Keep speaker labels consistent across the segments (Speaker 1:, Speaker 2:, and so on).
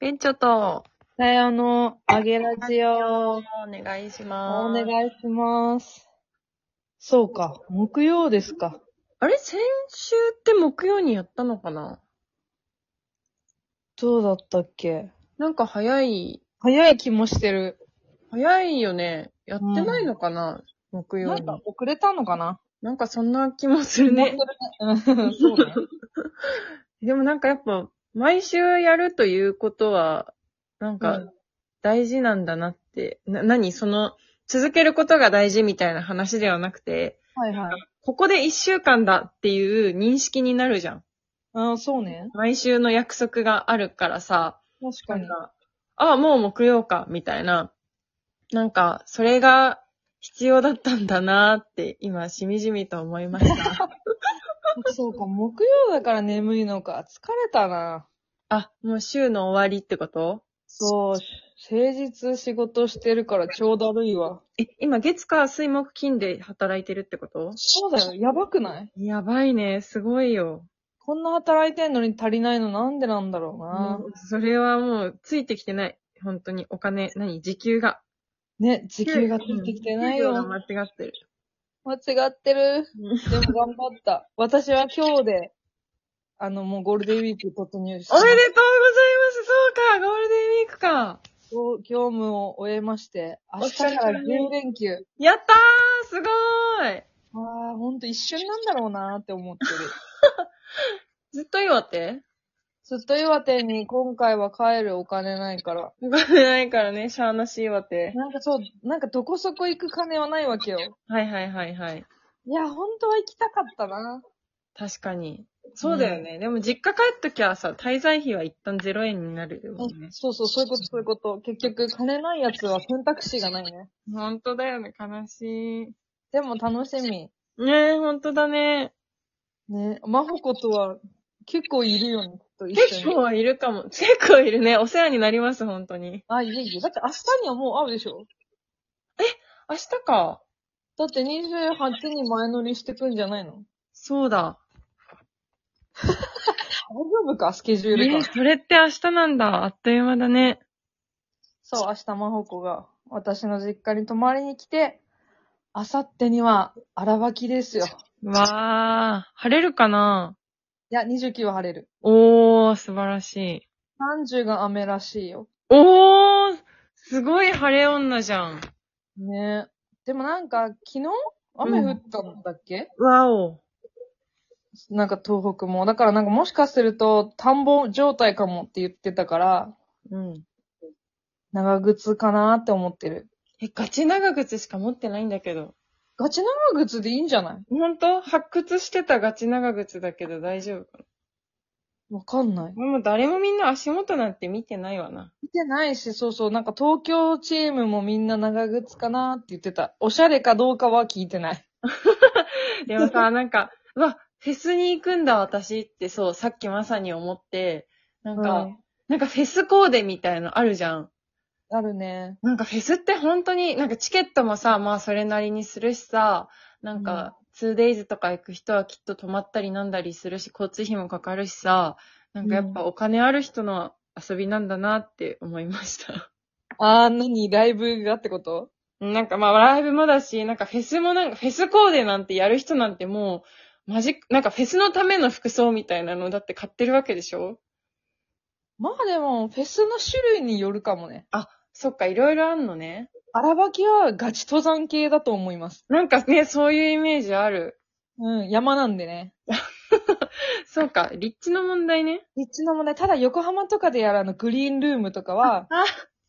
Speaker 1: 店長と、
Speaker 2: さよの、あげラジオ。お
Speaker 1: お願いします。
Speaker 2: 願いします。そうか、木曜ですか。
Speaker 1: あれ先週って木曜にやったのかな
Speaker 2: どうだったっけ
Speaker 1: なんか早い、
Speaker 2: 早い気もしてる。
Speaker 1: 早いよね。やってないのかな、木曜
Speaker 2: なん
Speaker 1: に。
Speaker 2: か遅れたのか な
Speaker 1: なんかそんな気もするね。
Speaker 2: うんそうね。
Speaker 1: でもなんかやっぱ、毎週やるということは、なん
Speaker 2: う
Speaker 1: か
Speaker 2: ん
Speaker 1: 大事なんだなって、な、何その、続けることが大事みたいな話ではなくて、
Speaker 2: はいはい。
Speaker 1: ここで一週間だっていう認識になるじゃん。
Speaker 2: うん、そうね。
Speaker 1: 毎週の約束があるからさ、
Speaker 2: 確
Speaker 1: な
Speaker 2: か
Speaker 1: ん
Speaker 2: に。
Speaker 1: か、ああ、もう木曜か、みたいな。なんか、それが必要だったんだなーって、今、しみじみと思いま した。
Speaker 2: そうか、木曜だから眠いのか。疲れたな。
Speaker 1: あ、もう週の終わりってこと
Speaker 2: そう、平日仕事してるからちょうだるいわ。
Speaker 1: え、今、月火水木金で働いてるってこと
Speaker 2: そうだよ、やばくない
Speaker 1: やばいね、すごいよ。
Speaker 2: こんな働いてんのに足りないのなんでなんだろうな。
Speaker 1: もうそれはもう、ついてきてない。本当に、お金、何時給が。
Speaker 2: ね、時給がついてきてないよ。
Speaker 1: 給料が間違ってる。
Speaker 2: 間違ってる。でも頑張った。私は今日で、あの、もうゴールデンウィーク突入して、
Speaker 1: おめでとうございますそうかゴールデンウィークか
Speaker 2: 業業務を終えまして、明日から10連休。
Speaker 1: やったーすごーい
Speaker 2: ああ、ほんと一瞬なんだろうなーって思ってる。
Speaker 1: ずっと岩手
Speaker 2: ずっと岩手に今回は帰るお金ないから。
Speaker 1: お金ないからね、しゃーなし岩手。
Speaker 2: なんかそう、なんかどこそこ行く金はないわけよ。
Speaker 1: はいはいはいはい。
Speaker 2: いや、ほんとは行きたかったな。
Speaker 1: 確かに。そうだよね。でも実家帰っときゃさ、滞在費は一旦0円になるよね。
Speaker 2: そうそう、そういうこと、そういうこと。結局、金ないやつは選択肢がないね。
Speaker 1: 本当だよね、悲し
Speaker 2: でも楽しみ。
Speaker 1: い。ねえ、本当だね。
Speaker 2: ね、まほことは結構いるよね、きっと一
Speaker 1: 結
Speaker 2: 緒に。
Speaker 1: 構はいるかも。結構いるね。お世話になります、本当に。
Speaker 2: あ、いえいえ。だって明日にはもう会うでしょ
Speaker 1: 明日か。
Speaker 2: だって28に前乗りしてくんじゃないの
Speaker 1: そうだ。
Speaker 2: 大丈夫かスケジュール
Speaker 1: ね
Speaker 2: が
Speaker 1: え、。それって明日なんだ。あっという間だね。
Speaker 2: そう、明日まほこが私の実家に泊まりに来て、明後日には荒ばきですよ。い
Speaker 1: わー、晴れるかな
Speaker 2: や、29は晴れる。
Speaker 1: おー、素晴らしい。
Speaker 2: 30が雨らしいよ。
Speaker 1: おーすごい晴れ女じゃん。
Speaker 2: ねでもなんか、昨日雨降ったんだっけ、
Speaker 1: わお。
Speaker 2: なんか東北も。だからなんかもしかすると田んぼ状態かもって言ってたから、
Speaker 1: うん。
Speaker 2: 長靴かなーって思ってる。
Speaker 1: え、ガチ長靴しか持ってないんだけど。
Speaker 2: ガチ長靴でいいんじゃない
Speaker 1: ほんと発掘してたガチ長靴だけど大丈夫か
Speaker 2: わかんない。
Speaker 1: な。もう誰もみんな足元なんて見てないわな。
Speaker 2: 見てないし、そうそう、なんか東京チームもみんな長靴かなーって言ってた。おしゃれかどうかは聞いてない。
Speaker 1: でもさ、なんか、うわ、フェスに行くんだ私ってそう、さっきまさに思って、なんか、
Speaker 2: うん
Speaker 1: なんかフェスコーデみたいのあるじゃん。
Speaker 2: あるね。
Speaker 1: なんかフェスって本当に、なんかチケットもさ、まあそれなりにするしさ、なんか 2days とか行く人はきっと泊まったりなんだりするし、交通費もかかるしさ、なんかやっぱお金ある人の遊びなんだなって思いました。
Speaker 2: あー、なに、ライブがってこと
Speaker 1: なんかまあライブもだし、なんかフェスもなんかフェスコーデなんてやる人なんてもう、マジック、なんかフェスのための服装みたいなのだって買ってるわけでしょ
Speaker 2: まあでも、フェスの種類によるかもね。
Speaker 1: そっか、いろいろあんのね。
Speaker 2: 荒ばきはガチ登山系だと思います。
Speaker 1: なんかね、そういうイメージある。
Speaker 2: うん、山なんでね。
Speaker 1: そうか、立地の問題ね。
Speaker 2: 立地のもね、ただ横浜とかでやるあのグリーンルームとかは、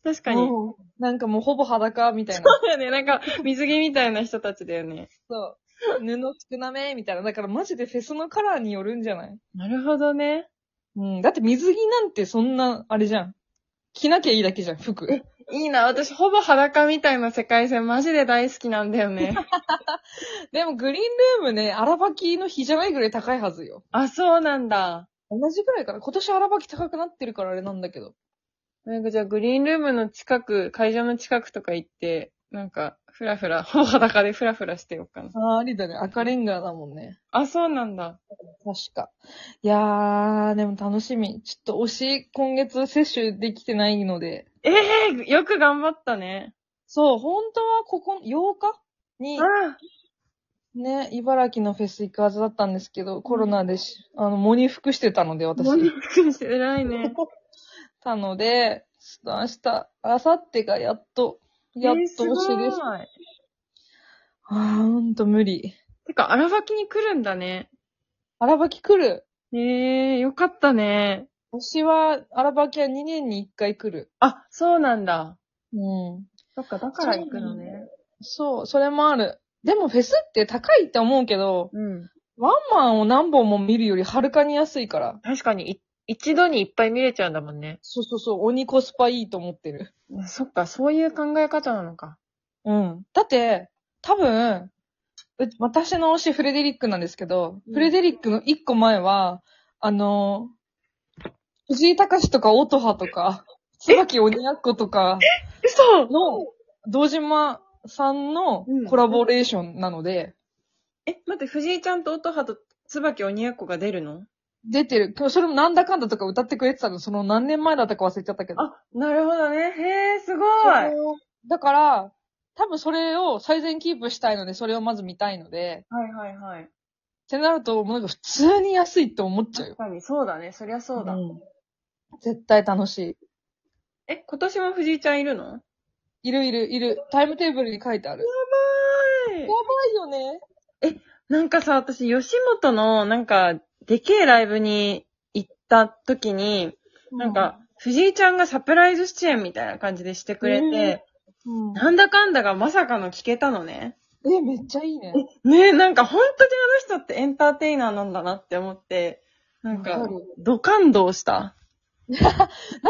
Speaker 1: 確かに。
Speaker 2: もうなんかもうほぼ裸みたいな。
Speaker 1: そうだよ ね。なんか、水着みたいな人たちだよね。
Speaker 2: そう。布少なめみたいな。だからマジでフェスのカラーによるんじゃない
Speaker 1: なるほどね。
Speaker 2: うん。だって水着なんてそんな、あれじゃん。着なきゃいいだけじゃん、服。
Speaker 1: いいな。私、ほぼ裸みたいな世界線、マジで大好きなんだよ ね。
Speaker 2: でもグリーンルームね、荒ばきの日じゃないぐらい高いはずよ。
Speaker 1: あ、そうなんだ。
Speaker 2: 同じぐらいかな。今年荒ばき高くなってるからあれなんだけど。
Speaker 1: なんかじゃあ、グリーンルームの近く、会場の近くとか行って、なんか、ふらふら、ほぼ裸でふらふらしてようかな。
Speaker 2: あーありだね。赤レンガだもんね。
Speaker 1: あ、そうなんだ。
Speaker 2: 確か。いやー、でも楽しみ。ちょっと推し、今月接種できてないので。
Speaker 1: ええよく頑張ったね。
Speaker 2: そう、本当はここ、8日に、
Speaker 1: あ
Speaker 2: ね、茨城のフェス行くはずだったんですけど、コロナでし、あの、喪に服してたので、私。
Speaker 1: モニックして偉いね。
Speaker 2: たので、ちょっと明日、明後日がやっと、やっと推しです。
Speaker 1: ごい
Speaker 2: あー、ほんと無理。
Speaker 1: てか、荒脇に来るんだね。
Speaker 2: 荒ばき来る。
Speaker 1: ええよかったね。
Speaker 2: 推しは、荒ばきは2年に1回来る。
Speaker 1: あ、そうなんだ。
Speaker 2: うん。
Speaker 1: そっか、だね。
Speaker 2: そう、それもある。でもフェスって高いって思うけど、
Speaker 1: うん。
Speaker 2: ワンマンを何本も見るよりはるかに安いから。
Speaker 1: 確かに、い一度にいっぱい見れちゃうんだもんね。
Speaker 2: そうそうそう、鬼コスパいいと思ってる。
Speaker 1: そっか、そういう考え方なのか。
Speaker 2: うん。だって、多分、う私の推しフレデリックなんですけど、
Speaker 1: うん
Speaker 2: フレデリックの一個前は、あの、藤井隆とか音羽とか、椿鬼奴とか
Speaker 1: 嘘
Speaker 2: の、堂島さんの
Speaker 1: うん
Speaker 2: コラボレーションなので、
Speaker 1: え、待って、藤井ちゃんと音羽と椿鬼奴が出るの
Speaker 2: 出てる。それもなんだかんだとか歌ってくれてたの、その何年前だったか忘れちゃったけど。
Speaker 1: あ、なるほどね。へえ、すごい。
Speaker 2: だから、多分それを最善キープしたいので、それをまず見たいので、
Speaker 1: はいはいはい。
Speaker 2: ってなると、もうなんか普通に安いって思っちゃう
Speaker 1: 確
Speaker 2: よ。
Speaker 1: かに、そうだね。そりゃそうだ。
Speaker 2: ん絶対楽し
Speaker 1: え、今年も藤井ちゃんいるの
Speaker 2: い。いるいるいる。タイムテーブルに書いてある。
Speaker 1: は
Speaker 2: やばいよね。
Speaker 1: なんかさ、私、吉本の、なんか、でけえライブに行った時に、なんか、藤井ちゃんがサプライズ出演みたいな感じでしてくれて、
Speaker 2: うん、
Speaker 1: なんだかんだがまさかの聞けたのね。
Speaker 2: え、めっちゃいいね。
Speaker 1: ねえ、なんか本当にあの人ってエンターテイナーなんだなって思って、なん
Speaker 2: わ
Speaker 1: か
Speaker 2: かる、
Speaker 1: ド感動した。
Speaker 2: な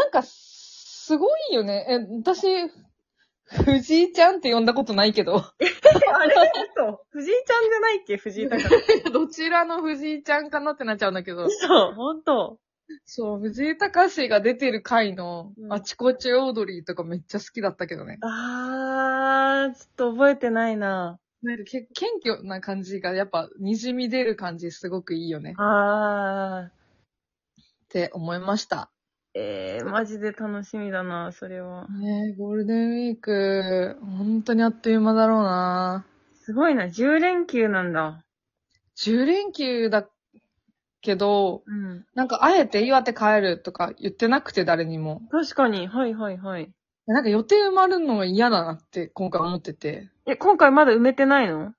Speaker 2: んか、すごいよね。え、私、藤井ちゃんって呼んだことないけど。
Speaker 1: あれ嘘藤井ちゃんじゃないっけ藤井隆。
Speaker 2: どちらの藤井ちゃんかなってなっちゃうんだけ ど。
Speaker 1: そう、本当
Speaker 2: そう、藤井隆が出てる回の
Speaker 1: う、ん
Speaker 2: あちこちオードリーとかめっちゃ好きだったけどね。
Speaker 1: あー、ちょっと覚えてないな。
Speaker 2: なんかけ謙虚な感じがやっぱ滲み出る感じすごくいいよね。っ
Speaker 1: あー。
Speaker 2: て思いました。
Speaker 1: えー、マジで楽しみだな、それは。
Speaker 2: ねえ、ゴールデンウィーク、本当にあっという間だろうな。
Speaker 1: すごいな、10連休なんだ。
Speaker 2: 10連休だけど、
Speaker 1: うん。
Speaker 2: なんかあえて岩手帰るとか言ってなくて誰にも。
Speaker 1: 確かに、はいはいはい。
Speaker 2: なんか予定埋まるのが嫌だなって今回思ってて。
Speaker 1: え、今回まだ埋めてないの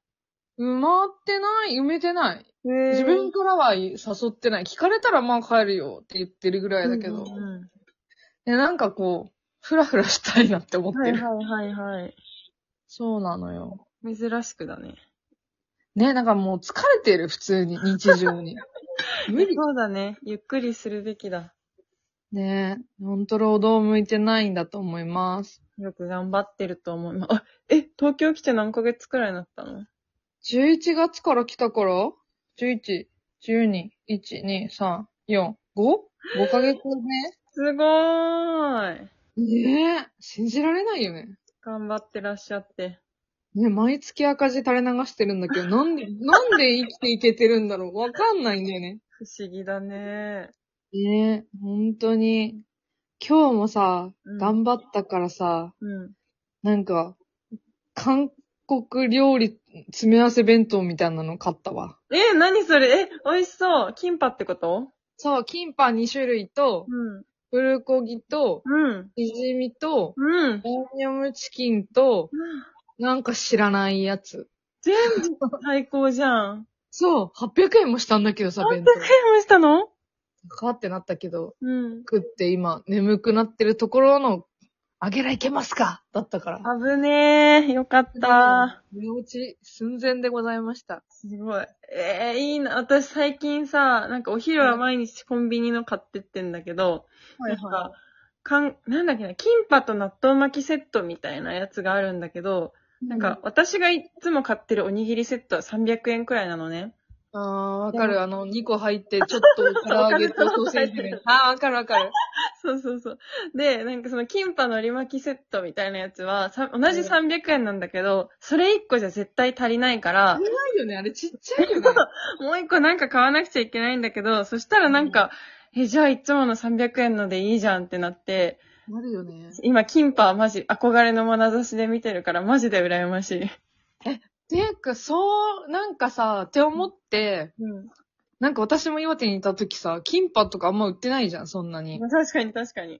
Speaker 2: 埋まってない埋めてない。
Speaker 1: へー
Speaker 2: 自分からは誘ってない。聞かれたらまあ帰るよって言ってるぐらいだけど。
Speaker 1: うんうん
Speaker 2: でなんかこう、ふらふらしたいなって思っ
Speaker 1: うんは
Speaker 2: て
Speaker 1: い
Speaker 2: る。
Speaker 1: はいはいはい。
Speaker 2: そうなのよ。
Speaker 1: 珍しくだね。
Speaker 2: ね、なんかもう疲れてる、普通に、日常 に。無理。
Speaker 1: そうだね。ゆっくりするべきだ。
Speaker 2: ねほんと労働向いてないんだと思います。
Speaker 1: よく頑張ってると思う。あ、え、東京来て何ヶ月くらいになったの
Speaker 2: 11月から来たから、11、12、1、2、3、4、5?5 ヶ月
Speaker 1: すごーい。
Speaker 2: 目ねえ、信じられないよね。
Speaker 1: 頑張ってらっしゃって。
Speaker 2: ね、毎月赤字垂れ流してるんだけど、なんで、なんで生きていけてるんだろうわかんないんだよね。
Speaker 1: 不思議だね。
Speaker 2: ねえ、本当に。今日もさ、
Speaker 1: うん
Speaker 2: 頑張ったからさ、
Speaker 1: うん。
Speaker 2: なんか、韓国料理詰め合わせ弁当みたいなの買ったわ。
Speaker 1: え、何それえ、美味しそう。キンパってこと
Speaker 2: そう、キンパ2種類と、
Speaker 1: うん。
Speaker 2: プルコギと、
Speaker 1: うん。
Speaker 2: しじみと、
Speaker 1: うん。
Speaker 2: ヤンニョムチキンと、なんか知らないやつ。
Speaker 1: 全部最高じゃん。
Speaker 2: そう、800円もしたんだけどさ、弁当。
Speaker 1: え、どうしたの
Speaker 2: 高ってなったけど、
Speaker 1: うん。
Speaker 2: 食って今、眠くなってるところの、あげらいけますかだったから。
Speaker 1: 危ねえ。よかった。
Speaker 2: 寝落ち寸前でございました。
Speaker 1: すごい。えー、いいな。私最近さ、なんかお昼は毎日コンビニの買ってってんだけど、なんか、かん、なんだっけな、キンパと納豆巻きセットみたいなやつがあるんだけど、
Speaker 2: い。
Speaker 1: なんか、私がいつも買ってるおにぎりセットは300円くらいなのね。
Speaker 2: ああ、わ
Speaker 1: か
Speaker 2: か
Speaker 1: る
Speaker 2: る。あの、2個入って、ちょっと唐揚げとソーセージみたいな。ああー、わかるわかる。
Speaker 1: そうそうそう。で、なんかその、キンパのり巻きセットみたいなやつは、さ同じ300円なんだけど、それ1個じゃ絶対足りないから、
Speaker 2: ないよね、 あれちっちゃいよね。
Speaker 1: もう1個なんか買わなくちゃいけないんだけど、そしたらなんか、え、じゃあいつもの300円のでいいじゃんってなって、
Speaker 2: なるよね。
Speaker 1: 今、キンパはマジ、憧れの眼差しで見てるから、マジで羨ましい。
Speaker 2: ていうか、そう、なんかさ、って思って、
Speaker 1: うん。
Speaker 2: なんか私も岩手にいた時さ、キンパとかあんま売ってないじゃん、そんなに。
Speaker 1: 確かに確かに。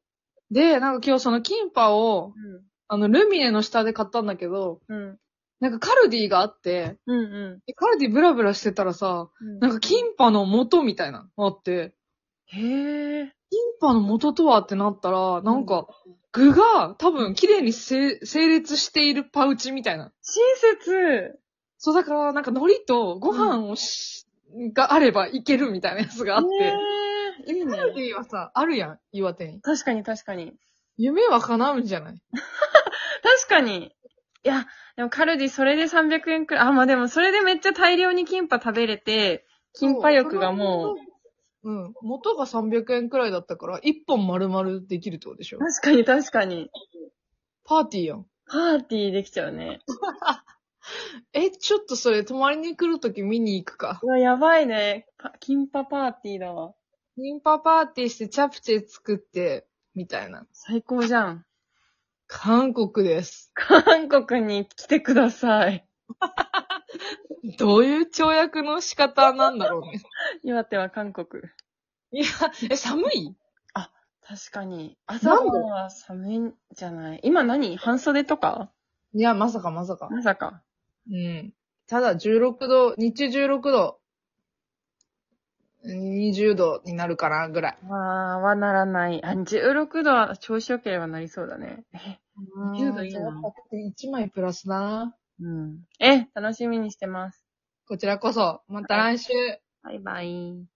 Speaker 2: で、なんか今日そのキンパを、あの、ルミネの下で買ったんだけど、
Speaker 1: うん。うん。
Speaker 2: なんかカルディがあって、
Speaker 1: うんう
Speaker 2: でカルディブラブラしてたらさ、
Speaker 1: ん。
Speaker 2: なんかキンパの元みたいなのあって、
Speaker 1: へえ。
Speaker 2: キンパの元とはってなったら、なんか、具が多分綺麗に整整列しているパウチみたいな。
Speaker 1: 親切。
Speaker 2: そう、だから、なんか海苔とご飯をし、があればいけるみたいなやつがあって。
Speaker 1: へえ。いいね
Speaker 2: カ。ルディはさ、あるやん、岩手に。
Speaker 1: 確かに確かに。
Speaker 2: 夢は叶うんじゃない
Speaker 1: 確かに。いや、でもカルディそれで300円くらい。あ、まあでもそれでめっちゃ大量にキンパ食べれて、キンパ欲がも
Speaker 2: う。うん。元が300円くらいだったから、1本丸々できるってことでしょ
Speaker 1: う、確かに確かに。
Speaker 2: パーティーやん。
Speaker 1: パーティーできちゃうね。
Speaker 2: え、ちょっとそれ、泊まりに来るとき見に行くか。
Speaker 1: うわ、やばいね。パキンパパーティーだわ。
Speaker 2: ニンパパーティーしてチャプチェ作って、みたいな。
Speaker 1: 最高じゃん。
Speaker 2: 韓国です。
Speaker 1: 韓国に来てください。
Speaker 2: どういう跳躍の仕方なんだろうね。
Speaker 1: 岩手は韓国。
Speaker 2: いや、え、寒い
Speaker 1: 確かに。朝晩は寒いんじゃない今何半袖とか
Speaker 2: いや、まさかまさか。
Speaker 1: まさか。
Speaker 2: うん。ただ16度、日中16度、20度になるかな、ぐらい。
Speaker 1: まあ、はならない。あ、16度は調子良ければなりそうだね。20度いいな
Speaker 2: じゃあやっぱ1枚プラスな。
Speaker 1: うん。え、楽しみにしてます。
Speaker 2: こちらこそ、また来週。
Speaker 1: バイバイ。